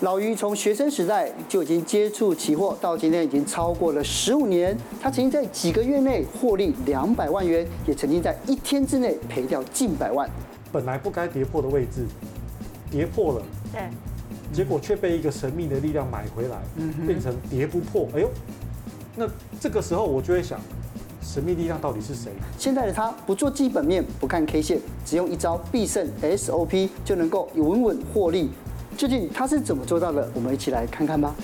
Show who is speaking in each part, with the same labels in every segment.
Speaker 1: 老于从学生时代就已经接触期货，到今天已经超过了十五年。他曾经在几个月内获利两百万元，也曾经在一天之内赔掉近百万。
Speaker 2: 本来不该跌破的位置，跌破了，
Speaker 3: 对，
Speaker 1: 嗯
Speaker 2: 结果却被一个神秘的力量买回来，变成跌不破。哎呦，那这个时候我就会想，神秘力量到底是谁？
Speaker 1: 现在的他不做基本面，不看 K 线，只用一招必胜 SOP 就能够稳稳获利。究竟他是怎么做到的？我们一起来看看吧。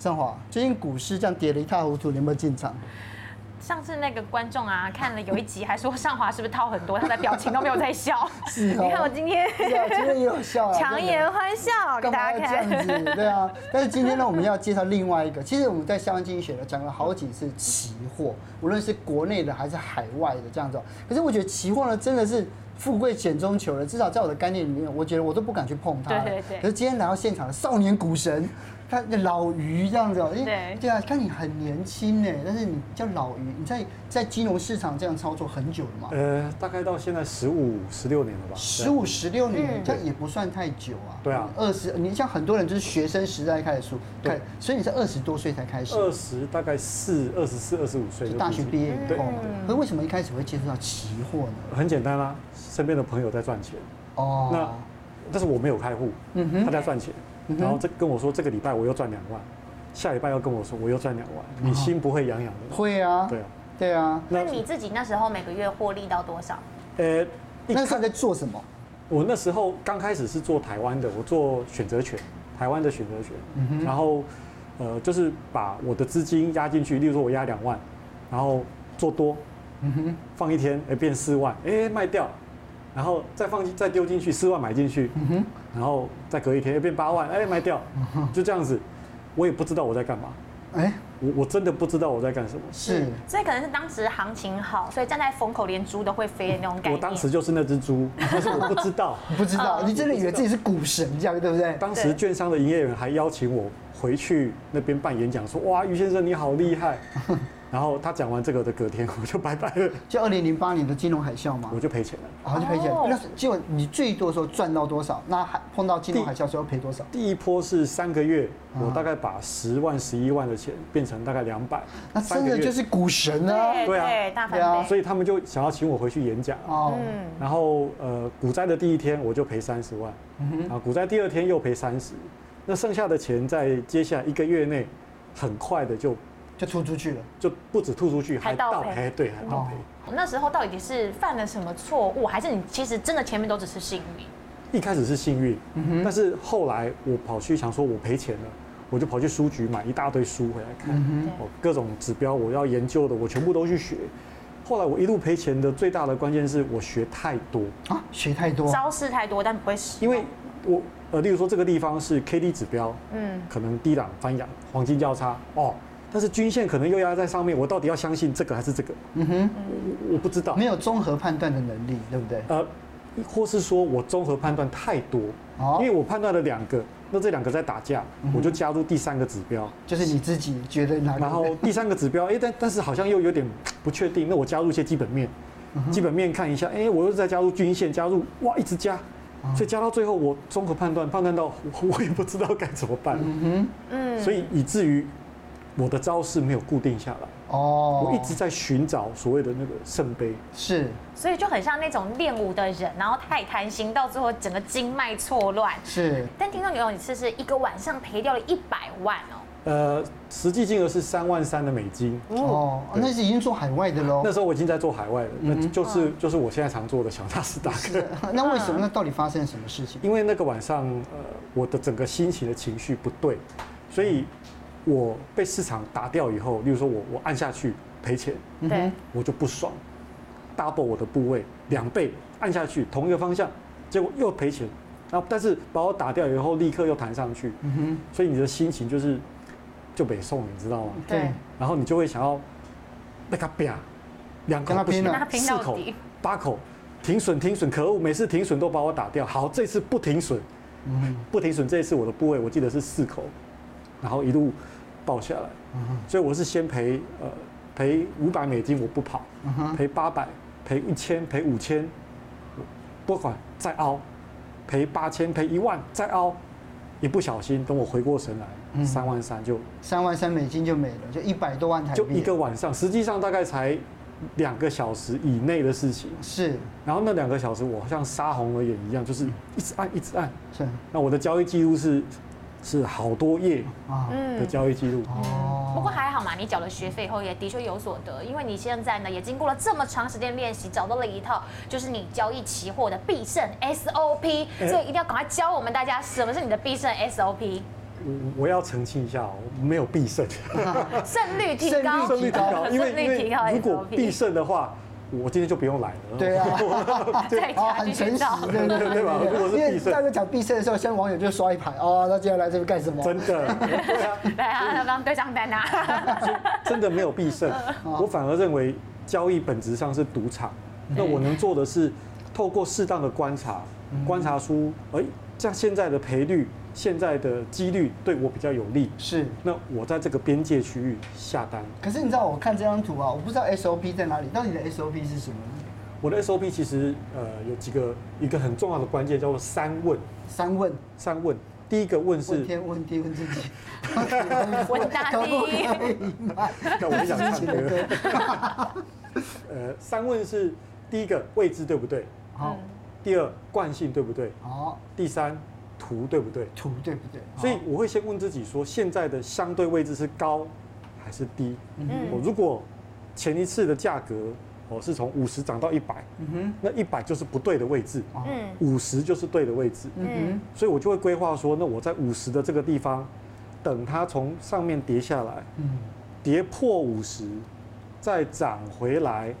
Speaker 1: 张华，最近股市这样跌得一塌糊涂，你有没有进 场？
Speaker 3: 上次那个观众啊，看了有一集还说上华是不是套很多，他的表情都没有在笑。
Speaker 1: 是哦
Speaker 3: 你看我今天
Speaker 1: 是啊，今天也有笑啊，
Speaker 3: 强颜欢笑给
Speaker 1: 干嘛
Speaker 3: 大
Speaker 1: 要
Speaker 3: 家
Speaker 1: 这样
Speaker 3: 看。
Speaker 1: 子？ 对啊，但是今天呢，我们要介绍另外一个，其实我们在下湾经济学呢讲了好几次期货，无论是国内的还是海外的这样子哦。可是我觉得期货呢，真的是富贵险中求了，至少在我的概念里面，我觉得我都不敢去碰它了。
Speaker 3: 对对对
Speaker 1: 可是今天来到现场的少年股神，他老于这样子哦，因为
Speaker 3: 对
Speaker 1: 对啊，看你很年轻呢，但是你叫老于，你在在金融市场这样操作很久了嘛？
Speaker 2: 呃，大概到现在十五、十六年了吧？
Speaker 1: 啊十五十六年，
Speaker 3: 嗯
Speaker 1: 这样也不算太久啊。
Speaker 2: 对啊
Speaker 1: 二十，你像很多人就是学生时代开始输，
Speaker 2: 对
Speaker 1: 开，所以你是二十多岁才开始，
Speaker 2: 二十，大概四、二十四、二十五岁
Speaker 1: 就
Speaker 2: 就
Speaker 1: 大学毕业以
Speaker 2: 对
Speaker 1: 后，嘛。可是为什么一开始会接触到期货呢？
Speaker 2: 很简单啦、啊身边的朋友在赚钱，那
Speaker 1: 哦，
Speaker 2: 但是我没有开户，
Speaker 1: 嗯
Speaker 2: 他
Speaker 1: 哼，
Speaker 2: 在赚钱，
Speaker 1: 嗯哼
Speaker 2: 然后这跟我说这个礼拜我又赚两万，下礼拜又跟我说我又赚两万，你心不会痒痒的？
Speaker 1: 哦会啊，
Speaker 2: 对啊，
Speaker 1: 对啊，
Speaker 3: 那你自己那时候每个月获利到多少？
Speaker 2: 呃，一
Speaker 1: 那时候在做什么？
Speaker 2: 我那时候刚开始是做台湾的，我做选择权，台湾的选择权，然后呃，就是把我的资金压进去，例如说我压两万，然后做多，放一天，哎、变四万，哎、卖掉，然后再放进再丢进去四万买进去，然后再隔一天、哎变八万，哎、卖掉，就这样子，我也不知道我在干嘛，
Speaker 1: 哎，
Speaker 2: 我我真的不知道我在干什么。
Speaker 1: 是，
Speaker 3: 所以可能是当时行情好，所以站在风口连猪都会飞的那种感觉。
Speaker 2: 我当时就是那只猪，但是我不知道。
Speaker 1: 不知
Speaker 3: 啊
Speaker 1: 道，你真的以为自己是股神这样，对不对？
Speaker 2: 当时
Speaker 3: 对
Speaker 2: 券商的营业员还邀请我回去那边办演讲，说：“哇，于先生你好厉害。” 然后他讲完这个的隔天，我就拜拜了，
Speaker 1: 就二零零八年的金融海啸嘛
Speaker 2: 我，就赔钱了。
Speaker 1: 然后就赔钱
Speaker 3: 哦。
Speaker 1: 那结果你最多的时候赚到多少？那还碰到金融海啸的时候赔多少？
Speaker 2: 第一波是三个月，
Speaker 3: 啊
Speaker 2: 我大概把十万、十一万的钱变成大概两百，
Speaker 3: 啊
Speaker 1: 那
Speaker 2: 三
Speaker 1: 真
Speaker 2: 个
Speaker 1: 的
Speaker 2: 月
Speaker 1: 就。是股神啊！
Speaker 3: 对
Speaker 2: 对啊
Speaker 3: 对，大
Speaker 1: 对啊
Speaker 3: 翻
Speaker 2: 所
Speaker 3: 倍。
Speaker 2: 以他们就想要请我回去演讲。
Speaker 1: 哦，
Speaker 3: 嗯，
Speaker 2: 然后呃，股灾的第一天我就赔三十万，
Speaker 3: 嗯
Speaker 2: 然后股灾第二天又赔三十，那剩下的钱在接下来一个月内，很快的就
Speaker 1: 就出出去了。
Speaker 2: 就不止吐出去，
Speaker 3: 还倒赔
Speaker 2: 还对，还倒赔。
Speaker 1: 哦
Speaker 3: 那时候到底是犯了什么错误，还是你其实真的前面都只是幸运？
Speaker 2: 一开始是幸运，但是后来我跑去想说，我赔钱了，我就跑去书局买一大堆书回来看，
Speaker 1: 嗯
Speaker 2: 哦，各种指标我要研究的，我全部都去学。后来我一路赔钱的最大的关键是我学太多，
Speaker 1: 啊，学太多，
Speaker 3: 招式太多，但不会使
Speaker 2: 因
Speaker 3: 用。
Speaker 2: 为我呃，例如说这个地方是 K D 指标，
Speaker 3: 嗯，
Speaker 2: 可能低档翻阳黄金交叉哦，但是均线可能又压在上面，我到底要相信这个还是这个？
Speaker 1: 嗯哼，
Speaker 2: 我我不知道
Speaker 1: 没，有综合判断的能力，对不对？
Speaker 2: 呃，或是说我综合判断太多，
Speaker 1: 哦
Speaker 2: 因为我判断了两个，那这两个在打架，
Speaker 1: 嗯
Speaker 2: 我就加入第三个指标，
Speaker 1: 就是你自己觉得哪个？
Speaker 2: 然后第三个指标，哎，但但是好像又有点不确定，那我加入一些基本面，
Speaker 1: 嗯
Speaker 2: 基本面看一下，哎，我又再加入均线，加入哇，一直加，
Speaker 1: 嗯哦
Speaker 2: 所以加到最后，我综合判断，判断到我我也不知道该怎么办，
Speaker 1: 嗯
Speaker 3: 嗯，
Speaker 2: 所以以至于我的招式没有固定下来，
Speaker 1: 哼，哦，
Speaker 2: 我一直在寻找所谓的那个圣杯，
Speaker 1: 是
Speaker 3: 所以就很像那种练武的人，然后太贪心，到最后整个经脉错乱。
Speaker 1: 是
Speaker 3: 但听众朋友，你是不是一个晚上赔掉了一百万哦？
Speaker 2: 呃，实际金额是三万三的美金。
Speaker 1: 哦，嗯
Speaker 2: 对
Speaker 1: 那是已经做海外的喽
Speaker 2: 那。时候我已经在做海外了，那就是就是我现在常做的小纳斯达克。
Speaker 1: 那为什
Speaker 3: 嗯
Speaker 1: 么？那到底发生了什么事情？
Speaker 2: 因为那个晚上，呃，我的整个心情的情绪不对，所以我被市场打掉以后，例如说我我按下去赔钱，
Speaker 1: 嗯
Speaker 3: 对，
Speaker 2: 我就不爽，double 我的部位两倍按下去同一个方向，结果又赔钱，然后但是把我打掉以后立刻又弹上去，
Speaker 1: 嗯哼，
Speaker 2: 所以你的心情就是就北宋，你知道吗？
Speaker 1: 对
Speaker 3: 对，
Speaker 2: 然后你就会想要那个啪，两口
Speaker 1: 跟他
Speaker 2: 不行
Speaker 1: 拼了
Speaker 3: 跟他拼
Speaker 2: 四
Speaker 3: 到
Speaker 2: 口
Speaker 3: 底
Speaker 2: 八口，停损停损，可恶，每次停损都把我打掉。好，这次不停损，
Speaker 1: 嗯
Speaker 2: 不停损，这一次我的部位我记得是四口，然后一路爆下来，所以我是先赔呃
Speaker 1: 嗯
Speaker 2: 赔五百美金我不跑，赔八百赔一千赔五千，我拨款再凹，赔八千赔一万再凹，一不小心等我回过神来，
Speaker 1: 嗯
Speaker 2: 三万三就
Speaker 1: 三万三美金就没了，就一百多万台币，
Speaker 2: 就一个晚上，实际上大概才两个小时以内的事情。
Speaker 1: 是
Speaker 2: 然后那两个小时，我像杀红了眼一样，就是一直按一直按。
Speaker 1: 是
Speaker 2: 那我的交易记录是是好多页
Speaker 1: 啊，
Speaker 2: 的
Speaker 3: 嗯。
Speaker 2: 交易记录，
Speaker 1: 哦
Speaker 3: 不过还好嘛，你缴了学费以后也的确有所得，因为你现在呢也经过了这么长时间练习，找到了一套就是你交易期货的必胜 SOP，
Speaker 2: 哎
Speaker 3: 所以一定要赶快教我们大家什么是你的必胜哎 SOP，
Speaker 2: 我我要澄清一下哦，我没有必胜，
Speaker 3: 胜率提高，
Speaker 1: 胜率提高
Speaker 2: 因为因
Speaker 3: 胜率提高
Speaker 2: 为如果
Speaker 3: SOP
Speaker 2: 必胜的话，我今天就不用来了。
Speaker 1: 对啊，
Speaker 3: 再
Speaker 1: 哦，
Speaker 3: 加
Speaker 1: 很
Speaker 3: 去
Speaker 1: 诚
Speaker 3: 寻
Speaker 1: 实
Speaker 3: 找，，
Speaker 1: 对对对
Speaker 2: 对吧如
Speaker 1: 对
Speaker 2: 果是
Speaker 1: 对，因为
Speaker 2: 必胜
Speaker 1: 大哥讲必胜的时候，像网友就刷一排，哦，那接下来这个干什么？
Speaker 2: 真的， 对啊，
Speaker 3: 来啊，要帮对账单 啊，
Speaker 2: 真的没有必胜。
Speaker 1: 嗯
Speaker 2: 我反而认为交易本质上是赌场，
Speaker 1: 嗯
Speaker 2: 那我能做的是透过适当的观察，
Speaker 1: 嗯
Speaker 2: 观察出，哎，像现在的赔率、现在的几率对我比较有利，
Speaker 1: 是。
Speaker 2: 那我在这个边界区域下单。
Speaker 1: 可是你知道我看这张图啊，我不知道 SOP 在哪里，到底你的 SOP 是什么呢？
Speaker 2: 我的 SOP 其实呃有几个一个很重要的关键叫做三问，
Speaker 1: 三问，
Speaker 2: 三问。第一个问
Speaker 1: 问
Speaker 2: 是，
Speaker 1: 天问地问自己，
Speaker 3: 问 大
Speaker 1: 可不
Speaker 3: 地。
Speaker 1: 可以 买
Speaker 2: 那我很想
Speaker 1: 自
Speaker 2: 唱
Speaker 1: 己的
Speaker 2: 歌。
Speaker 1: 歌？
Speaker 2: 呃，三问是第一个位置对不对？
Speaker 3: 嗯
Speaker 1: 好，
Speaker 2: 第二惯性对不对？
Speaker 1: 好，
Speaker 2: 第三图对不对？
Speaker 1: 图对不对？
Speaker 2: 所以我会先问自己说，现在的相对位置是高还是低？我
Speaker 3: 嗯，
Speaker 2: 如果前一次的价格哦是从五十涨到一百，
Speaker 1: 嗯
Speaker 2: 那一百就是不对的位置，
Speaker 1: 哼，嗯，
Speaker 3: 嗯，
Speaker 2: 五十就是对的位置，
Speaker 1: 嗯
Speaker 2: 所以我就会规划说，那我在五十的这个地方，等它从上面跌下来，
Speaker 1: 哼，嗯，
Speaker 2: 跌破五十，再涨回来，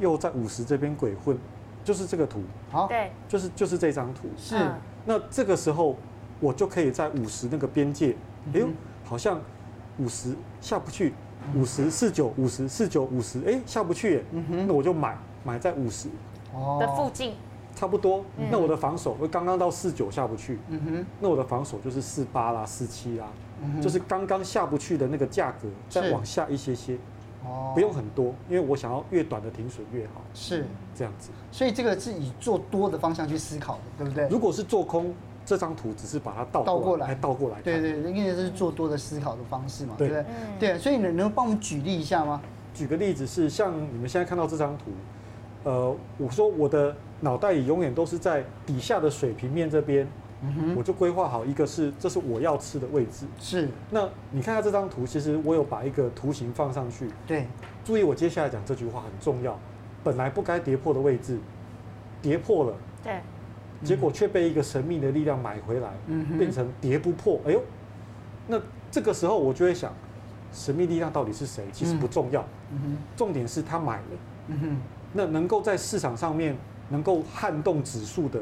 Speaker 2: 又在五十这边鬼混，就是这个图，
Speaker 1: 好，
Speaker 3: 对，
Speaker 2: 就是就是这张图。
Speaker 1: 是，
Speaker 3: 嗯
Speaker 2: 那这个时候我就可以在五十那个边界，哎呦
Speaker 1: 嗯，
Speaker 2: 好像五十下不去，五十四九五十四九五十，哎，下不去耶，
Speaker 1: 嗯
Speaker 2: 那
Speaker 1: 哼，
Speaker 2: 我就买买在五十，
Speaker 1: 哦
Speaker 3: 的附，近，
Speaker 2: 差不多。那我的防守，我刚刚到四九下不去，
Speaker 1: 嗯哼，
Speaker 2: 那我的防守就是四八啦、四七啦，
Speaker 1: 嗯哼
Speaker 2: 就是刚刚下不去的那个价格，再
Speaker 1: 是
Speaker 2: 往下一些些，
Speaker 1: 哦
Speaker 2: 不用很多，因为我想要越短的停损越好，
Speaker 1: 是，
Speaker 2: 这样子。
Speaker 1: 所以这个是以做多的方向去思考的，对不对？
Speaker 2: 如果是做空，这张图只是把它倒
Speaker 1: 倒过
Speaker 2: 过
Speaker 1: 来
Speaker 2: 来，哎倒过来看，
Speaker 1: 对对，对因为这是做多的思考的方式嘛，对
Speaker 2: 对
Speaker 1: 不对？
Speaker 3: 嗯，
Speaker 1: 对，啊所以你能能帮我们举例一下吗？
Speaker 2: 举个例子是，像你们现在看到这张图，呃，我说我的脑袋里永远都是在底下的水平面这边，
Speaker 1: 嗯哼，
Speaker 2: 我就规划好一个是这是我要吃的位置。
Speaker 1: 是，
Speaker 2: 那你看下这张图，其实我有把一个图形放上去。
Speaker 1: 对，
Speaker 2: 注意我接下来讲这句话很重要，本来不该跌破的位置，跌破了，
Speaker 3: 对，
Speaker 2: 结果却被一个神秘的力量买回来，
Speaker 1: 嗯哼
Speaker 2: 变成跌不破。哎呦，那这个时候我就会想，神秘力量到底是谁？其实不重要，
Speaker 1: 嗯哼，
Speaker 2: 重点是他买了。
Speaker 1: 嗯哼，
Speaker 2: 那能够在市场上面能够撼动指数的，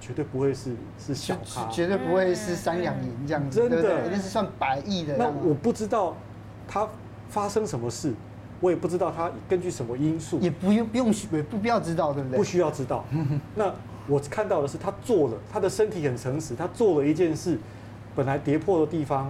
Speaker 2: 绝对不会是是小咖。
Speaker 1: 绝对不会是三两银这样子，
Speaker 2: 嗯
Speaker 1: 对不
Speaker 2: 真
Speaker 1: 对？
Speaker 2: 的
Speaker 1: 一定是算百亿的这
Speaker 2: 那
Speaker 1: 样啊。
Speaker 2: 我不知道它发生什么事，我也不知道它根据什么因素，
Speaker 1: 也不用不用也不必要知道，对不对？
Speaker 2: 不需要知道。那我看到的是他做了，他的身体很诚实，他做了一件事，本来跌破的地方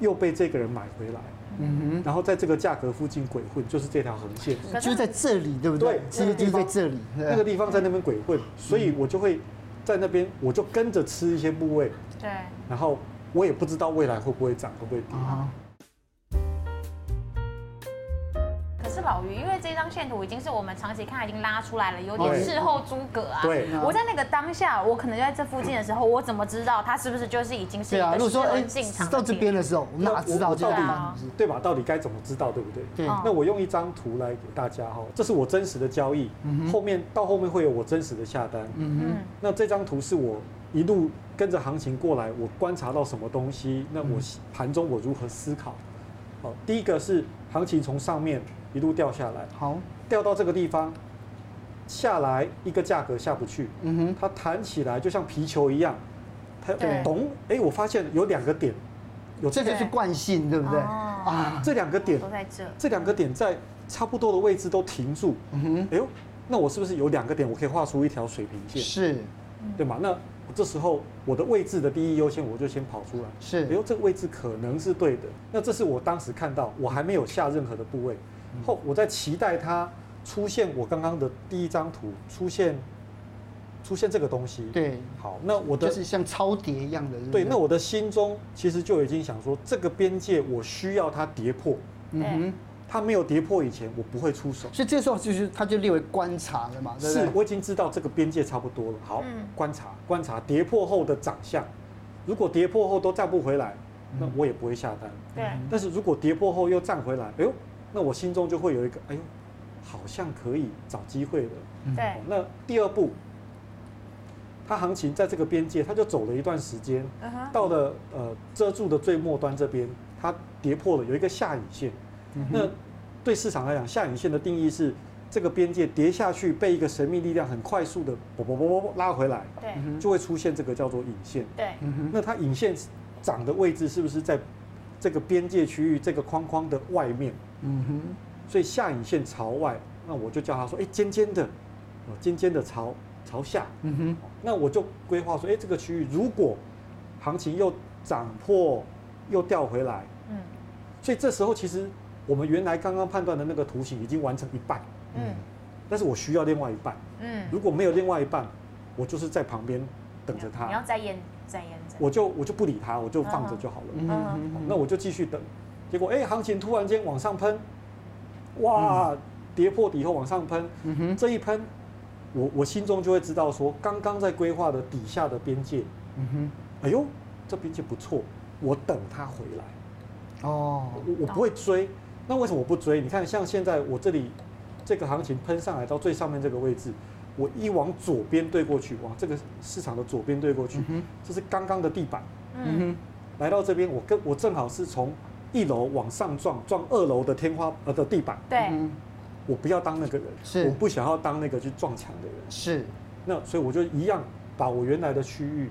Speaker 2: 又被这个人买回来，
Speaker 1: 嗯
Speaker 2: 然后在这条价格附近鬼混，就是这条横线。
Speaker 1: 哼，就在这里，对不对
Speaker 2: 对？
Speaker 1: 是不是
Speaker 2: 那个
Speaker 1: 就
Speaker 2: 地
Speaker 1: 在
Speaker 2: 方
Speaker 1: 这里？对
Speaker 2: 那个地方在那边鬼混，所以我就会在那边，我就跟着吃一些部位，
Speaker 3: 对，
Speaker 2: 然后我也不知道未来会不会涨，会不会跌。
Speaker 1: 啊，
Speaker 3: 可是老于，因为这张线图已经是我们长期看，已经拉出来了，有点
Speaker 2: 对
Speaker 3: 事后诸葛啊。
Speaker 2: 对
Speaker 3: 我在那个当下，我可能就在这附近的时候，我怎么知道它是不是就是已经是
Speaker 1: 对
Speaker 3: 一
Speaker 1: 啊。
Speaker 3: 个
Speaker 1: 如果
Speaker 3: 适
Speaker 1: 说
Speaker 3: 合
Speaker 1: 哎
Speaker 3: 进场的
Speaker 1: 到这边
Speaker 3: 点？
Speaker 1: 的时候，我们
Speaker 2: 那
Speaker 1: 哪知道
Speaker 2: 我
Speaker 1: 这
Speaker 2: 到
Speaker 1: 个地
Speaker 2: 底
Speaker 3: 对
Speaker 1: 方
Speaker 3: 啊
Speaker 1: 是？
Speaker 2: 对吧？到底该怎么知道，对不对？
Speaker 1: 对，
Speaker 3: 嗯
Speaker 2: 那我用一张图来给大家哈，这是我真实的交易，后面到后面会有我真实的下单。
Speaker 1: 嗯
Speaker 3: 嗯，
Speaker 2: 那这张图是我一路跟着行情过来，我观察到什么东西，那我盘中我如何思考？好，第一个是行情从上面一路掉下来，
Speaker 1: 哼，好，
Speaker 2: 掉到这个地方，下来一个价格下不去，
Speaker 1: 嗯哼，
Speaker 2: 它弹起来就像皮球一样，它
Speaker 3: 对
Speaker 2: 咚，哎，我发现有两个点，有
Speaker 1: 这
Speaker 2: 这
Speaker 1: 就是惯性，对不对？
Speaker 3: 哦
Speaker 1: 啊，
Speaker 2: 这两个点
Speaker 3: 都在这。
Speaker 2: 这两个点在差不多的位置都停住，
Speaker 1: 嗯哼，
Speaker 2: 哎呦，那我是不是有两个点我可以画出一条水平线，
Speaker 1: 是
Speaker 2: 对吗？那这时候我的位置的第一优先我就先跑出来，哎
Speaker 1: 是，
Speaker 2: 呦，这个位置可能是对的。那这是我当时看到，我还没有下任何的部位，
Speaker 1: 嗯
Speaker 2: 后我在期待它出现我刚刚的第一张图出现出现这个东西，，
Speaker 1: 对，
Speaker 2: 好，那我的、
Speaker 1: 就是像超跌一样的，是不是
Speaker 2: 对，那我的心中其实就已经想说，这个边界我需要它跌破，
Speaker 1: 嗯哼，
Speaker 2: 它没有跌破以前，我不会出手。
Speaker 1: 所以这时候就是它就列为观察了嘛，对不
Speaker 2: 是，
Speaker 1: 对？
Speaker 2: 我已经知道这个边界差不多了。好，
Speaker 3: 嗯
Speaker 2: 观察观察跌破后的长相，如果跌破后都站不回来，那
Speaker 1: 嗯
Speaker 2: 我也不会下单。
Speaker 3: 对，
Speaker 2: 但是如果跌破后又站回来，哎呦，那我心中就会有一个，哎呦，好像可以找机会了。
Speaker 3: 对
Speaker 2: 哦，那第二步，它行情在这个边界，它就走了一段时间，
Speaker 3: 嗯哼，
Speaker 2: 到了呃遮住的最末端这边，它跌破了有一个下影线。
Speaker 1: 嗯哼
Speaker 2: 那对市场来讲，下影线的定义是这个边界跌下去，被一个神秘力量很快速的啵啵啵啵啵拉回来，
Speaker 3: 对
Speaker 1: 嗯哼
Speaker 2: 就会出现这个叫做影线。
Speaker 3: 对，
Speaker 1: 嗯哼，
Speaker 2: 那它影线长的位置是不是在这个边界区域这个框框的外面？
Speaker 1: 嗯哼，
Speaker 2: 所以下影线朝外，那我就叫它说，哎、尖尖的，哦，尖尖的朝朝下。
Speaker 1: 嗯哼，
Speaker 2: 那我就规划说，哎、这个区域如果行情又涨破又掉回来，
Speaker 3: 嗯
Speaker 2: 所以这时候其实我们原来刚刚判断的那个图形已经完成一半，
Speaker 3: 嗯
Speaker 2: 但是我需要另外一半。
Speaker 3: 嗯，
Speaker 2: 如果没有另外一半，我就是在旁边等着
Speaker 3: 你
Speaker 2: 它，
Speaker 3: 要再验再验证，
Speaker 2: 我就我就不理它，我就放着就好了。
Speaker 1: 嗯
Speaker 2: 好
Speaker 1: 哼，
Speaker 2: 那我就继续等，结果哎、行情突然间往上喷，哇，跌破底后往上喷，
Speaker 1: 嗯哼，
Speaker 2: 这一喷，我我心中就会知道说，刚刚在规划的底下的边界，
Speaker 1: 嗯
Speaker 2: 哎呦，这边界不错，我等它回来，
Speaker 1: 哼，哦，
Speaker 2: 我我不会追。那为什么我不追？你看，像现在我这里这个行情喷上来到最上面这个位置，我一往左边对过去，往这个市场的左边对过去
Speaker 1: 嗯，哼，
Speaker 2: 这是刚刚的地板。
Speaker 1: 嗯
Speaker 3: 嗯
Speaker 1: 哼，
Speaker 2: 来到这边，我跟我正好是从一楼往上撞，撞二楼的天花呃的地板。
Speaker 3: 对
Speaker 1: 嗯哼
Speaker 2: 我不要当那个
Speaker 1: 是
Speaker 2: 人，我不想要当那个去撞墙的人。
Speaker 1: 是，
Speaker 2: 那所以我就一样把我原来的区域，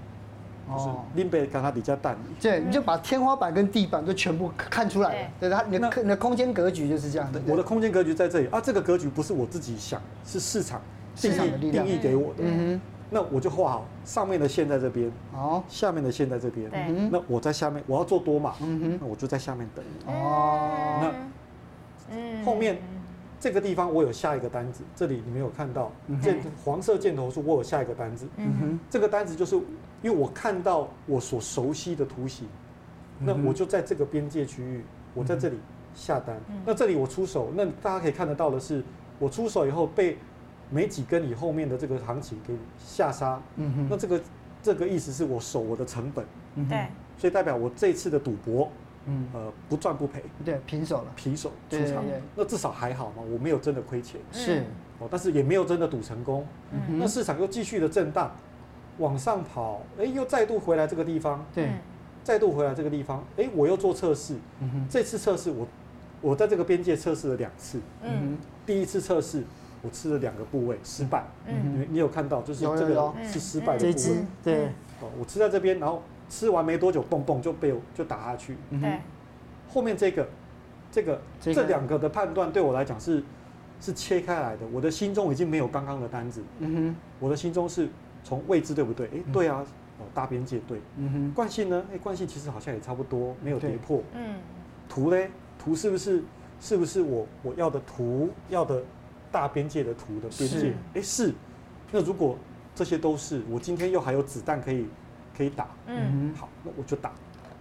Speaker 2: 就是
Speaker 1: 哦。
Speaker 2: 林北跟他底下淡
Speaker 1: 对，
Speaker 3: 嗯
Speaker 1: 你就把天花板跟地板都全部看出来了，对，它你的
Speaker 2: 那
Speaker 1: 空你的空间格局就是这样的。
Speaker 2: 我的空间格局在这里啊，这个格局不是我自己想，是市场定
Speaker 1: 市场的力
Speaker 2: 义
Speaker 1: 量
Speaker 2: 定义给我的。
Speaker 1: 嗯
Speaker 2: 那我就画好上面的线在这边，
Speaker 1: 哼，好，
Speaker 2: 下面的线在这边。
Speaker 3: 对
Speaker 1: 嗯哼，
Speaker 2: 那我在下面，我要做多嘛，
Speaker 1: 嗯
Speaker 2: 那我就在下面等你。
Speaker 1: 哼，哦，
Speaker 2: 那
Speaker 3: 嗯
Speaker 2: 后面这个地方我有下一个单子，这里你没有看到
Speaker 1: 嗯哼
Speaker 2: 箭黄色箭头处，我有下一个单子。
Speaker 1: 嗯
Speaker 3: 嗯
Speaker 1: 哼，
Speaker 2: 这个单子就是因为我看到我所熟悉的图形，那
Speaker 1: 嗯哼
Speaker 2: 我就在这个边界区域，我在这里下单
Speaker 3: 嗯。
Speaker 2: 那这里我出手，那大家可以看得到的是，我出手以后被没几根以后面的这个行情给下杀。
Speaker 1: 嗯哼，
Speaker 2: 那这个这个意思是我守我的成本，
Speaker 1: 嗯哼
Speaker 3: 对，
Speaker 2: 所以代表我这次的赌博，
Speaker 1: 嗯，
Speaker 2: 呃，不赚不赔，
Speaker 1: 对，平手了，
Speaker 2: 平手出
Speaker 1: 对对
Speaker 2: 场。
Speaker 1: 对，
Speaker 2: 那至少还好嘛，我没有真的亏钱
Speaker 1: 是，
Speaker 2: 哦，但是也没有真的赌成功。
Speaker 1: 嗯
Speaker 3: 嗯
Speaker 2: 那
Speaker 1: 哼，
Speaker 2: 市场又继续的震荡，往上跑，哎，又再度回来这个地方，
Speaker 1: 对，
Speaker 2: 再度回来这个地方，哎，我又做测试。
Speaker 1: 嗯哼，
Speaker 2: 这次测试我，我在这个边界测试了两次。
Speaker 1: 嗯
Speaker 3: 嗯
Speaker 2: 第一次测试我吃了两个部位失败，
Speaker 3: 嗯
Speaker 1: 嗯
Speaker 2: 你你有看到就是
Speaker 1: 有
Speaker 2: 这
Speaker 1: 有有
Speaker 2: 个是失败
Speaker 1: 哼，
Speaker 2: 的
Speaker 1: 这一
Speaker 2: 部
Speaker 1: 只
Speaker 2: 位
Speaker 3: 嗯，
Speaker 1: 对，
Speaker 2: 哦，我吃在这边，然后吃完没多久，蹦蹦就被我就打下去。
Speaker 1: 嗯
Speaker 3: 对
Speaker 1: 哼，
Speaker 2: 后面这个，这个
Speaker 1: 这个
Speaker 2: 这两个的判断对我来讲是是切开来的，我的心中已经没有刚刚的单子，
Speaker 1: 嗯
Speaker 2: 我的心中是从未知对不对？哎，对啊，哦，大边界对。
Speaker 1: 哼，嗯哼，
Speaker 2: 惯性呢？哎，惯性其实好像也差不多，没有跌
Speaker 1: 对
Speaker 2: 破。
Speaker 3: 嗯
Speaker 2: 图嘞，图是不是是不是我我要的图要的大边界的图的边界
Speaker 1: 是？
Speaker 2: 哎，是。那如果这些都是，我今天又还有子弹可以可以打，
Speaker 3: 嗯
Speaker 2: 好，那我就打。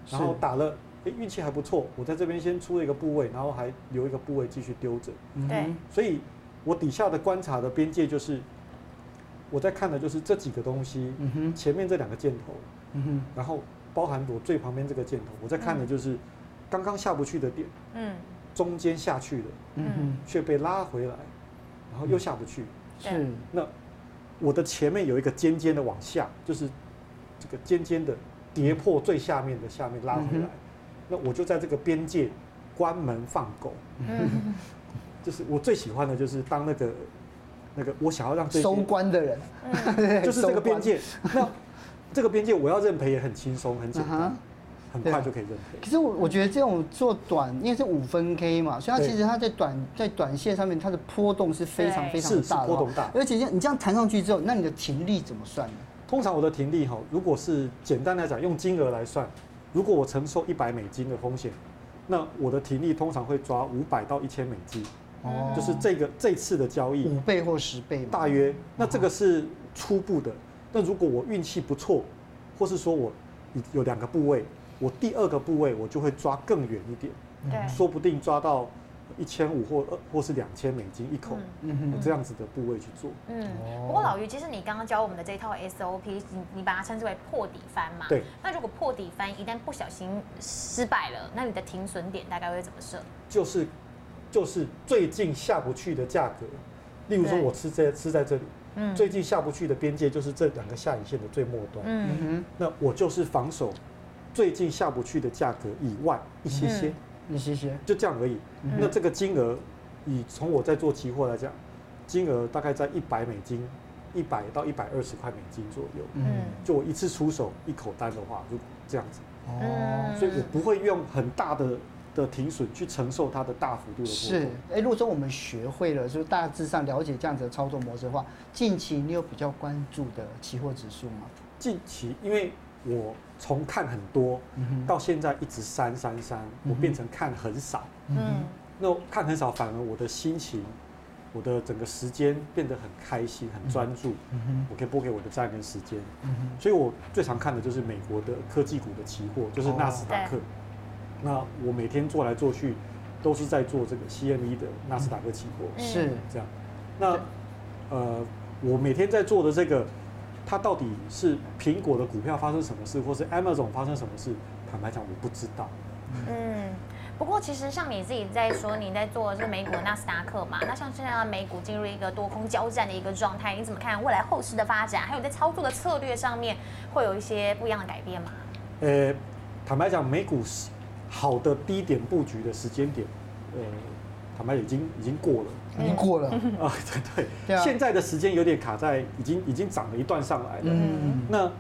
Speaker 1: 是
Speaker 2: 然后打了，哎，运气还不错，我在这边先出了一个部位，然后还留一个部位继续丢着。
Speaker 1: 嗯哼，
Speaker 3: 对
Speaker 2: 所以我底下的观察的边界就是，我在看的就是这几个东西，
Speaker 1: 嗯哼，
Speaker 2: 前面这两个箭头，
Speaker 1: 嗯哼，
Speaker 2: 然后包含我最旁边这个箭头，我在看的就是刚刚下不去的点，
Speaker 3: 嗯
Speaker 2: 中间下去了
Speaker 1: 嗯哼，
Speaker 2: 却被拉回来，然后又下不去。
Speaker 1: 是，
Speaker 2: 那我的前面有一个尖尖的往下，就是这个尖尖的跌破最下面的下面拉回来，那我就在这个边界关门放狗，
Speaker 3: 嗯
Speaker 2: 就是我最喜欢的就是当那个那个我想要让这些
Speaker 1: 收官的人，
Speaker 3: 嗯
Speaker 2: 就是
Speaker 1: 收
Speaker 2: 这个
Speaker 1: 官
Speaker 2: 边，界，那这个边界我要认赔也很轻松，很简
Speaker 1: 嗯
Speaker 2: 单
Speaker 1: 哼。
Speaker 2: 很
Speaker 1: 对啊
Speaker 2: 快就可以认赔。
Speaker 1: 可是我我觉得这种做短，因为是五分 K 嘛，所以它
Speaker 2: 对
Speaker 1: 其实它在短在短线上面它的波动是非常
Speaker 3: 对
Speaker 1: 非常
Speaker 2: 是是
Speaker 1: 大的哦，
Speaker 2: 波动大
Speaker 1: 而且这样你这样弹上去之后，那你的停力怎么算呢？
Speaker 2: 通常我的停利哈，如果是简单来讲，用金额来算，如果我承受一百美金的风险，那我的停利通常会抓五百到一千美金，
Speaker 3: 哦
Speaker 2: 就是这个这次的交易
Speaker 1: 五倍或十倍嘛？
Speaker 2: 大约。那这个是初步的。那如果我运气不错，或是说我有两个部位，我第二个部位我就会抓更远一点，
Speaker 1: 嗯
Speaker 3: 对，
Speaker 2: 说不定抓到一千五或二或是两千美金一口，
Speaker 3: 嗯
Speaker 1: 嗯哼，
Speaker 2: 这样子的部位去做。
Speaker 3: 嗯
Speaker 1: 哦，
Speaker 3: 不过老于，其实你刚刚教我们的这一套 SOP，你你把它称之为破底翻嘛？
Speaker 2: 对。
Speaker 3: 那如果破底翻一旦不小心失败了，那你的停损点大概会怎么设？
Speaker 2: 就是就是最近下不去的价格，例如说
Speaker 3: 对
Speaker 2: 我吃在吃在这里，
Speaker 3: 嗯
Speaker 2: 最近下不去的边界就是这两个下影线的最末端。
Speaker 1: 嗯
Speaker 3: 嗯
Speaker 1: 哼，
Speaker 2: 那我就是防守最近下不去的价格以外一些些，
Speaker 3: 嗯
Speaker 1: 你谢谢。
Speaker 2: 就这样而已。
Speaker 1: 嗯
Speaker 2: 那这个金额，以从我在做期货来讲，金额大概在一百美金，一百到一百二十块美金左右。
Speaker 3: 嗯
Speaker 1: 嗯，
Speaker 2: 就我一次出手一口单的话，如果这样子，
Speaker 1: 哦，
Speaker 2: 所以我不会用很大的的停损去承受它的大幅度的波
Speaker 1: 是
Speaker 2: 动。。
Speaker 1: 哎，如果说我们学会了，就是大致上了解这样子的操作模式的话，近期你有比较关注的期货指数吗？
Speaker 2: 近期因为我从看很多
Speaker 1: 嗯哼，
Speaker 2: 到现在一直删删删，我
Speaker 1: 嗯哼
Speaker 2: 变成看很少。
Speaker 3: 嗯
Speaker 2: 那我看很少，反而我的心情，我的整个时间变得很开心、很专注，
Speaker 1: 嗯哼，
Speaker 2: 我可以拨给我的家人跟时间。
Speaker 1: 嗯哼，
Speaker 2: 所以我最常看的就是美国的科技股的期货，就是纳斯达克。那我每天做来做去，都是在做这个 CME 的纳斯达克期货，
Speaker 3: 嗯
Speaker 1: 是，
Speaker 2: 这样。那呃，我每天在做的这个，它到底是苹果的股票发生什么事，或是 Amazon 发生什么事？坦白讲，我不知道。
Speaker 3: 嗯。不过其实像你自己在说，你在做的是美股的纳斯达克嘛？那像现在美股进入一个多空交战的一个状态，你怎么看未来后市的发展？还有在操作的策略上面会有一些不一样的改变吗？
Speaker 2: 呃，坦白讲，美股是好的低点布局的时间点，呃，坦白已经已经过了。
Speaker 3: 嗯
Speaker 1: 已经过了。
Speaker 2: 啊，对
Speaker 1: 对
Speaker 2: 对，
Speaker 1: 啊
Speaker 2: 现在的时间有点卡在，已经已经涨了一段上来了。
Speaker 1: 嗯，
Speaker 2: 那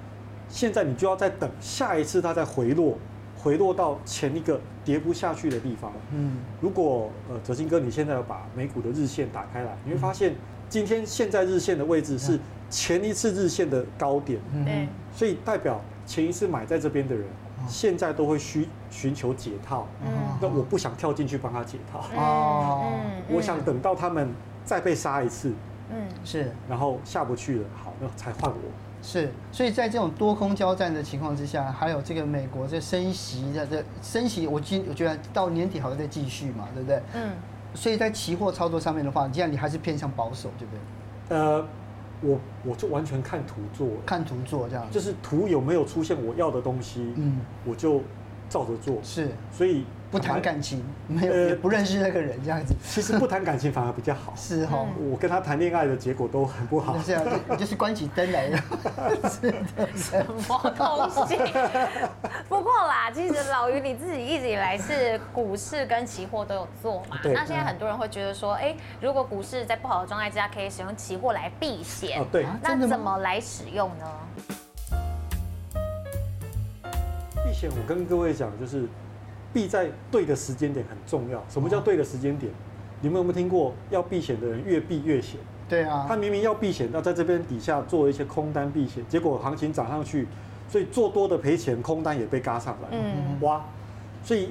Speaker 2: 现在你就要再等下一次它再回落，回落到前一个跌不下去的地方。
Speaker 1: 嗯，
Speaker 2: 如果呃，哲兴哥，你现在要把美股的日线打开来，你会发现今天现在日线的位置是前一次日线的高点，
Speaker 1: 嗯
Speaker 3: 对，
Speaker 2: 所以代表前一次买在这边的人，现在都会需寻求解套。
Speaker 3: 嗯
Speaker 2: 那我不想跳进去帮他解套，
Speaker 1: 哦
Speaker 2: 我想，等到他们再被杀一次，
Speaker 3: 嗯
Speaker 1: 是
Speaker 2: 然后下不去了，好，那才换我。
Speaker 1: 是，所以在这种多空交战的情况之下，还有这个美国这升息的这升息，我今我觉得到年底还会再继续嘛，对不对？
Speaker 3: 嗯
Speaker 1: 所以在期货操作上面的话，既然你还是偏向保守，对不对？
Speaker 2: 呃，我我就完全看图做，
Speaker 1: 看图做这样子，
Speaker 2: 就是图有没有出现我要的东西，
Speaker 1: 嗯，
Speaker 2: 我就照着做。
Speaker 1: 是
Speaker 2: 所以
Speaker 1: 不谈，感情，没有
Speaker 2: 呃
Speaker 1: 也不认识那个人这样子，。
Speaker 2: 其实不谈感情反而比较好
Speaker 1: 是哈。
Speaker 3: 嗯
Speaker 2: 我跟他谈恋爱的结果都很不好
Speaker 1: 就。这样子，你就是关起灯来了。
Speaker 3: 什么东西？不过啦，其实老于你自己一直以来是股市跟期货都有做嘛。
Speaker 2: 对
Speaker 3: 那现在很多人会觉得说，哎，如果股市在不好的状态之下，可以使用期货来避险
Speaker 2: 哦，，对，
Speaker 1: 啊真
Speaker 3: 那
Speaker 1: 的吗
Speaker 3: 怎么来使用呢？
Speaker 2: 避险我跟各位讲，就是避在对的时间点很重要。什么
Speaker 1: 哦
Speaker 2: 叫对的时间点？你们有没有听过，要避险的人越避越险？
Speaker 1: 对
Speaker 2: 他
Speaker 1: 啊，
Speaker 2: 明明要避险，那在这边底下做一些空单避险，结果行情涨上去，所以做多的赔钱，空单也被嘎上来，
Speaker 3: 嗯
Speaker 2: 哇！所以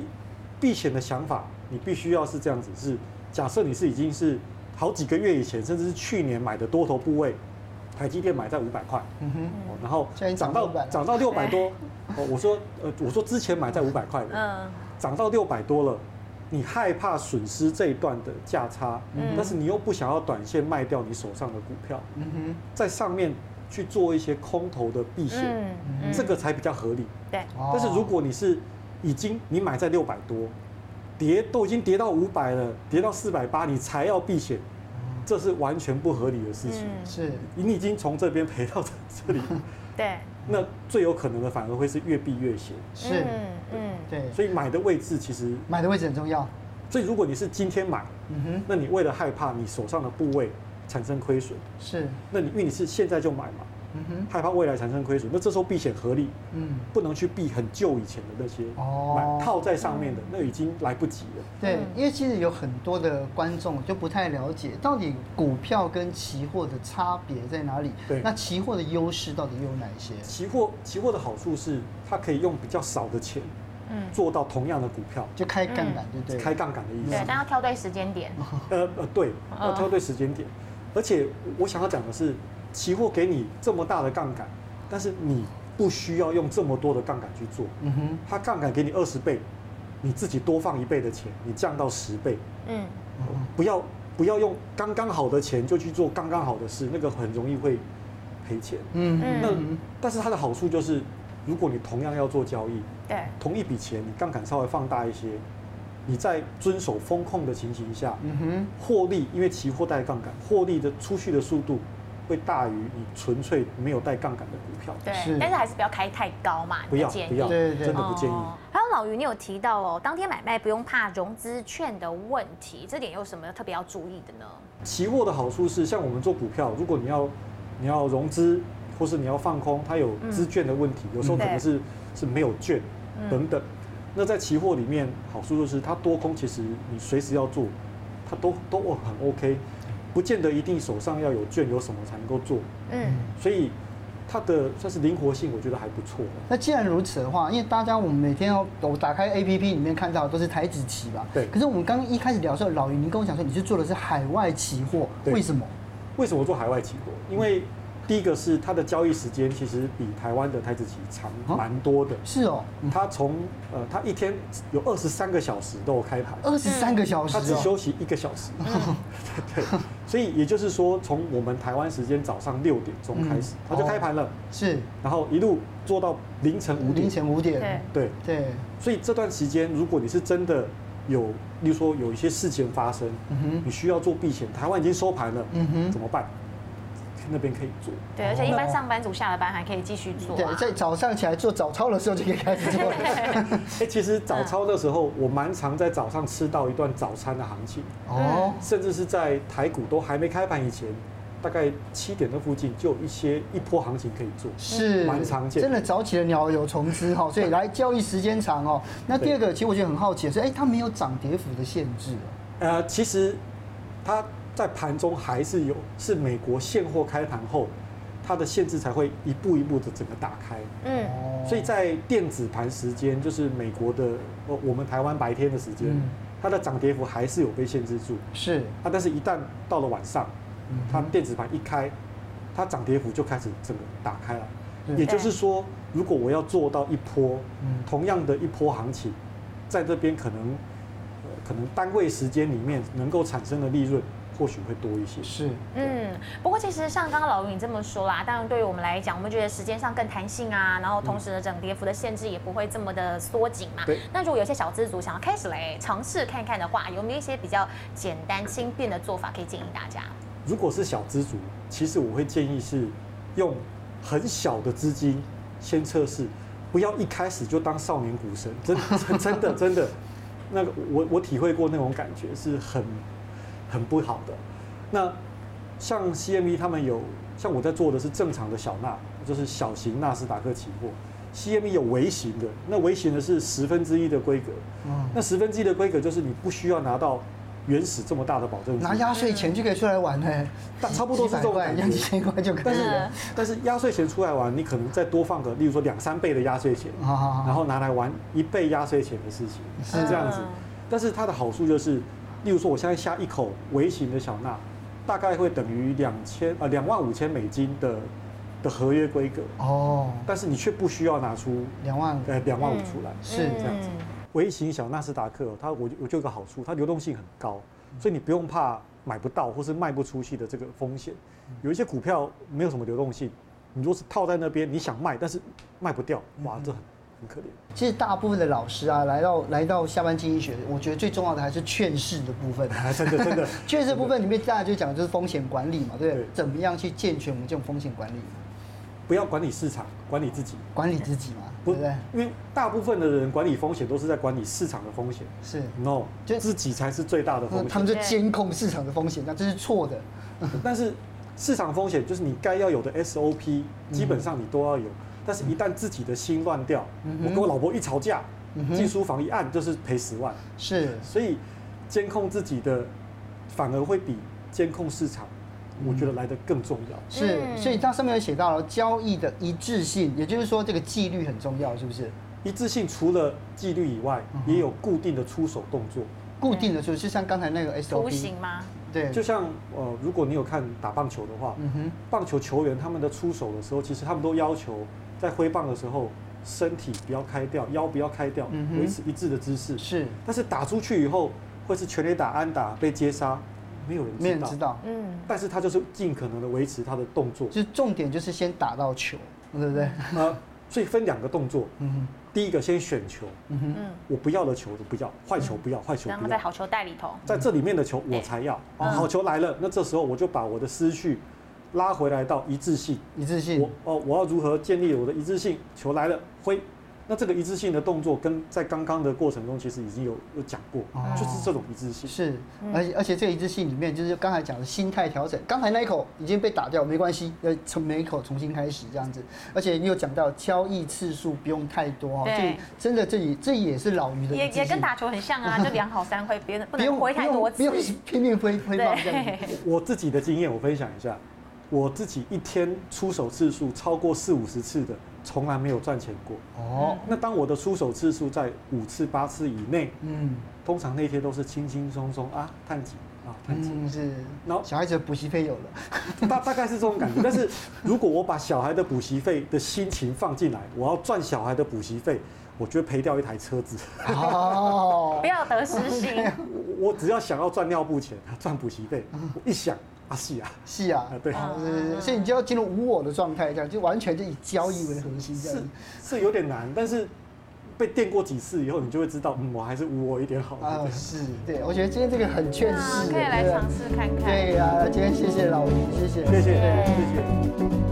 Speaker 2: 避险的想法，你必须要是这样子，是假设你是已经是好几个月以前，甚至是去年买的多头部位，台积电买在五百块，
Speaker 1: 嗯哼，
Speaker 2: 哦然后
Speaker 1: 现在已经涨
Speaker 2: 涨到
Speaker 1: 600了
Speaker 2: 涨到六百多，哦，我说呃，我说之前买在五百块的，
Speaker 3: 嗯
Speaker 2: 涨到六百多了，你害怕损失这一段的价差，
Speaker 3: 嗯
Speaker 2: 但是你又不想要短线卖掉你手上的股票，
Speaker 1: 嗯
Speaker 2: 在上面去做一些空头的避险，
Speaker 1: 嗯
Speaker 2: 这个才比较合理。
Speaker 3: 对，
Speaker 1: 哼。哦
Speaker 2: 但是如果你是已经你买在六百多，跌都已经跌到五百了，跌到四百八，你才要避险，这是完全不合理的事情。
Speaker 3: 嗯
Speaker 1: 是
Speaker 2: 你已经从这边赔到这这里，
Speaker 3: 对，
Speaker 2: 那最有可能的反而会是越避越险。
Speaker 1: 是，
Speaker 3: 嗯
Speaker 1: 对，
Speaker 2: 所以买的位置其实，
Speaker 1: 买的位置很重要。
Speaker 2: 所以如果你是今天买，
Speaker 1: 嗯哼，
Speaker 2: 那你为了害怕你手上的部位产生亏损，
Speaker 1: 是，
Speaker 2: 那你因为你是现在就买嘛，
Speaker 1: 嗯哼，
Speaker 2: 害怕未来产生亏损，那这时候避险合理，
Speaker 1: 嗯，
Speaker 2: 不能去避很旧以前的那些
Speaker 1: 哦
Speaker 2: 买套在上面的，那已经来不及了。
Speaker 1: 对
Speaker 3: 嗯，
Speaker 1: 因为其实有很多的观众就不太了解到底股票跟期货的差别在哪里。
Speaker 2: 对
Speaker 1: 那期货的优势到底有哪些？
Speaker 2: 期货期货的好处是，它可以用比较少的钱
Speaker 3: 嗯
Speaker 2: 做到同样的股票，
Speaker 1: 就开杠杆，对不对？
Speaker 2: 开杠杆的意
Speaker 3: 对
Speaker 2: 思，。
Speaker 3: 但要
Speaker 2: 嗯
Speaker 3: 挑对时间点。
Speaker 2: 呃呃，对，
Speaker 3: 嗯
Speaker 2: 要挑对时间点。而且我想要讲的是，期货给你这么大的杠杆，但是你不需要用这么多的杠杆去做，
Speaker 1: 嗯哼，
Speaker 2: 它杠杆给你二十倍，你自己多放一倍的钱，你降到十倍，
Speaker 3: 嗯，
Speaker 2: 不要不要用刚刚好的钱就去做刚刚好的事，那个很容易会赔钱。
Speaker 1: 嗯
Speaker 3: 嗯
Speaker 2: 那但是它的好处就是，如果你同样要做交易，
Speaker 3: 对，
Speaker 2: 同一笔钱你杠杆稍微放大一些，你在遵守风控的情形下，
Speaker 1: 嗯哼，
Speaker 2: 获利因为期货带杠杆，获利的出去的速度会大于你纯粹没有带杠杆的股票。
Speaker 3: 对
Speaker 1: 是，
Speaker 3: 但是还是不要开太高嘛，
Speaker 2: 不
Speaker 3: 你
Speaker 2: 要
Speaker 3: 建议
Speaker 2: 不要，
Speaker 1: 对对
Speaker 2: 真的不建议。
Speaker 3: 哦还有老于，你有提到哦，当天买卖不用怕融资券的问题，这点有什么特别要注意的呢？
Speaker 2: 期货的好处是，像我们做股票，如果你要你要融资，或是你要放空，它有
Speaker 3: 嗯
Speaker 2: 资券的问题，有时候可能
Speaker 3: 对嗯
Speaker 2: 是是没有券等等。那在期货里面，好处就是它多空其实你随时要做，它都都很 OK，不见得一定手上要有券有什么才能够做，
Speaker 3: 嗯，
Speaker 2: 所以它的算是灵活性，我觉得还不错。
Speaker 1: 那既然如此的话，因为大家我们每天要我打开 A P P 里面看到的都是台子期吧？
Speaker 2: 对
Speaker 1: 可是我们刚刚一开始聊的时候，老于您跟我讲说你是做的是海外期货，
Speaker 2: 对
Speaker 1: 为什么？
Speaker 2: 为什么做海外期货？因为第一个是它的交易时间其实比台湾的台子期长
Speaker 1: 哦
Speaker 2: 蛮多的，
Speaker 1: 是哦，
Speaker 2: 他从呃，他一天有二十三个小时都有开盘，
Speaker 1: 二十三个小时
Speaker 2: 嗯他只
Speaker 1: 哦，
Speaker 2: 休息一个小 时。
Speaker 3: 嗯
Speaker 2: 对，所以也就是说，从我们台湾时间早上六点钟开始
Speaker 1: 嗯，
Speaker 2: 他就开盘了，
Speaker 1: 是
Speaker 2: 然后一路做到凌晨五
Speaker 1: 凌
Speaker 2: 点。
Speaker 1: 晨五
Speaker 3: 对
Speaker 1: 点，，
Speaker 2: 对，
Speaker 1: 对，
Speaker 2: 所以这段时间，如果你是真的有，例如说有一些事情发生，
Speaker 1: 嗯哼，
Speaker 2: 你需要做避险，台湾已经收盘了，
Speaker 1: 嗯哼
Speaker 2: 怎么办？那边可以 做。
Speaker 3: 对，而且
Speaker 2: 嗯
Speaker 3: 一般上班族下了班还可以继续做、
Speaker 1: 对，
Speaker 3: 啊，
Speaker 1: 在早上起来做早操的时候就可以开 始做了，
Speaker 2: 哎，其实
Speaker 1: 啊
Speaker 2: 早操的时候，我蛮常在早上吃到一段早餐的行情。
Speaker 1: 哦，
Speaker 2: 甚至是在台股都还没开盘以前，大概七点的附近就有一些一波行情可以做。
Speaker 1: 是
Speaker 2: 嗯蛮常见的
Speaker 1: 真的早起的鸟有虫吃哈，所以 来交易时间长哦。那第二个，其实我觉得很好奇的是，哎，它没有涨跌幅的限制哦。
Speaker 2: 呃，其实它在盘中还是有，是美国现货开盘后，它的限制才会一步一步的整个打开。
Speaker 3: 嗯，
Speaker 1: 哦
Speaker 2: 所以在电子盘时间，就是美国的呃我们台湾白天的时间
Speaker 1: 嗯，
Speaker 2: 它的涨跌幅还是有被限制住。
Speaker 1: 是
Speaker 2: 啊，但是一旦到了晚上，
Speaker 1: 嗯
Speaker 2: 它电子盘一开，它涨跌幅就开始整个打开了。
Speaker 1: 对
Speaker 2: 也就是说，如果我要做到一波
Speaker 1: 嗯，
Speaker 2: 同样的一波行情，在这边可能、呃可能单位时间里面能够产生的利润或许会多一些。
Speaker 1: 是，
Speaker 3: 嗯，不过其实像刚刚老于你这么说啦，当然对于我们来讲，我们觉得时间上更弹性啊，然后同时的整跌幅的限制也不会这么的缩紧嘛。
Speaker 2: 对
Speaker 3: 那如果有些小资族想要开始来尝试看看的话，有没有一些比较简单轻便的做法可以建议大家？
Speaker 2: 如果是小资族，其实我会建议是用很小的资金先测试，不要一开始就当少年股神，真 真真的真的，那个我我体会过那种感觉是很很不好的。那像 CME 他们有，像我在做的是正常的小纳，就是小型纳斯达克期货。CME 有微型的，那微型的是十分之一的规格，
Speaker 1: 嗯，
Speaker 2: 那十分之一的规格就是你不需要拿到原始这么大的保证金，
Speaker 1: 拿压岁钱就可以出来玩呢，
Speaker 2: 但差不多是这
Speaker 1: 几百
Speaker 2: 种
Speaker 1: 块，
Speaker 2: 感
Speaker 1: 一样
Speaker 2: 觉
Speaker 1: 几。千块就可
Speaker 2: 但
Speaker 1: 以
Speaker 2: 是
Speaker 1: 了。
Speaker 2: 但是压岁钱出来玩，你可能再多放个，例如说两三倍的压岁钱，
Speaker 1: 好好好，
Speaker 2: 然后拿来玩一倍压岁钱的事情，
Speaker 1: 是
Speaker 2: 是这样子
Speaker 3: 嗯。
Speaker 2: 但是它的好处就是，例如说我现在下一口微型的小纳，大概会等于两千呃两万五千美金的的合约规格，
Speaker 1: 哦，
Speaker 2: 但是你却不需要拿出
Speaker 1: 两万五，
Speaker 2: 呃两万五出
Speaker 3: 嗯
Speaker 2: 来。
Speaker 1: 是这
Speaker 2: 样子微型小纳斯达克哦，它我我就有个好处，它流动性很高，所以你不用怕买不到或是卖不出去的这个风险。
Speaker 1: 嗯
Speaker 2: 有一些股票没有什么流动性，你若是套在那边，你想卖但是卖不掉，
Speaker 1: 嗯
Speaker 2: 哇，这很很可怜。
Speaker 1: 其实大部分的老师啊，来到来到下班经济学，我觉得最重要的还是劝世的部 分。
Speaker 2: 啊，真的真的，
Speaker 1: 劝世部分里面，大家就讲就是风险管理嘛，对不对
Speaker 2: 对？
Speaker 1: 怎么样去健全我们这种风险管理，
Speaker 2: 不要管理市场，管理自己。
Speaker 1: 管理自己嘛，
Speaker 2: 不
Speaker 1: 对不对？，
Speaker 2: 因为大部分的人管理风险都是在管理市场的风险
Speaker 1: 是，
Speaker 2: ，no，
Speaker 1: 就嗯
Speaker 2: 自己才是最大的风
Speaker 1: 他
Speaker 2: 险
Speaker 1: 们。就监控市场的风险，那这是错的。
Speaker 2: 但是市场风险就是你该要有的 SOP，基
Speaker 1: 嗯
Speaker 2: 本上你都要有。但是，一旦自己的心乱掉，
Speaker 1: 嗯哼
Speaker 2: 我跟我老婆一吵架
Speaker 1: 嗯，哼
Speaker 2: 进书房一按就是赔十万。
Speaker 1: 是，
Speaker 2: 所以，监控自己的反而会比监控市场，
Speaker 1: 嗯
Speaker 2: 我觉得来得更重要。
Speaker 1: 是，
Speaker 3: 嗯
Speaker 1: 所以它上面有写到了交易的一致性，也就是说这个纪律很重要，是不是？
Speaker 2: 一致性除了纪
Speaker 1: 嗯
Speaker 2: 律以外，也有固定的出手动作。
Speaker 1: 固定的就是就像刚才那个 SOP，
Speaker 3: 嗯图形吗？
Speaker 1: 对，
Speaker 2: 就像呃，如果你有看打棒球的话，
Speaker 1: 嗯哼，
Speaker 2: 棒球球员他们的出手的时候，其实他们都要求在挥棒的时候身体不要开掉，腰不要开掉
Speaker 1: 嗯，哼
Speaker 2: 维持一致的姿势。
Speaker 1: 是，
Speaker 2: 但是打出去以后，会是全垒打、安打被接杀，没有人
Speaker 1: 没
Speaker 2: 知
Speaker 1: 人
Speaker 2: 道。
Speaker 1: 知道，
Speaker 3: 嗯，
Speaker 2: 但是他就是尽可能的维持他的 动作，
Speaker 1: 就重点就是先打到球，对不对？
Speaker 2: 呃，所以分两个动作，
Speaker 1: 嗯
Speaker 2: 第一个先选球，
Speaker 1: 哼，嗯哼，
Speaker 3: 嗯，
Speaker 2: 我不要的球就不要，坏球不要，坏球
Speaker 3: 然后
Speaker 2: 不
Speaker 3: 在
Speaker 2: 要，
Speaker 3: 好球袋里头，
Speaker 2: 在这里面的球我才要。哦，
Speaker 3: 嗯
Speaker 2: 好球来了，那这时候我就把我的思绪拉回来到一致性，
Speaker 3: 嗯
Speaker 1: 一致性
Speaker 2: 我，哦，我要如何建立我的一致性？球来了，挥。那这个一致性的动作跟在刚刚的过程中其实已经有有讲过
Speaker 1: 哦，
Speaker 2: 就是这种一致性。
Speaker 1: 是
Speaker 3: 嗯，
Speaker 1: 而且而且这一致性里面，就是刚才讲的心态调整。刚才那一口已经被打掉，没关系，要从每一口重新开始这样子。而且你有讲到交易次数不用太多哦，
Speaker 3: 对
Speaker 1: 这真的这也这也是老于的
Speaker 3: 也
Speaker 1: 一致
Speaker 3: 也跟
Speaker 1: 性，
Speaker 3: 打球很像啊，就两好三挥，别人不
Speaker 1: 不
Speaker 3: 能
Speaker 1: 用
Speaker 3: 挥太多
Speaker 1: 不
Speaker 3: 次，
Speaker 1: 用不用拼命挥挥棒这样子。
Speaker 3: 对，
Speaker 2: 我自己的经验，我分享一下，我自己一天出手次数超过四五十次的，从来没有赚钱过。
Speaker 1: 哦，
Speaker 2: 那当我的出手次数在五次八次以内，
Speaker 1: 嗯
Speaker 2: 通常那些都是轻轻松松啊，探几啊，探几，
Speaker 1: 嗯是，
Speaker 2: 然后
Speaker 1: 小孩子的补习费有了，
Speaker 2: 大大概是这种感觉。但是如果我把小孩的补习费的心情放进来，我要赚小孩的补习费，我就会赔掉一台车子。
Speaker 1: 哦
Speaker 3: 不，要得失心，
Speaker 2: 我我只要想要赚尿布钱， 赚补习费，我一想啊是啊，
Speaker 1: 是啊
Speaker 2: 啊。对，
Speaker 1: 哦对对对，所以你就要进入无我的状态，这样就完全就以交易为核心这样
Speaker 2: 是
Speaker 1: 子。
Speaker 2: 是有点难，但是被电过几次以后，你就会知道，嗯，我还是无我一点好。
Speaker 1: 啊，是对，我觉得今天这个很劝
Speaker 3: 啊
Speaker 1: 世，
Speaker 3: 可以来尝试看看。
Speaker 1: 对呀、今天谢谢老吴，谢谢，
Speaker 2: 谢谢，谢
Speaker 3: 谢
Speaker 2: 谢。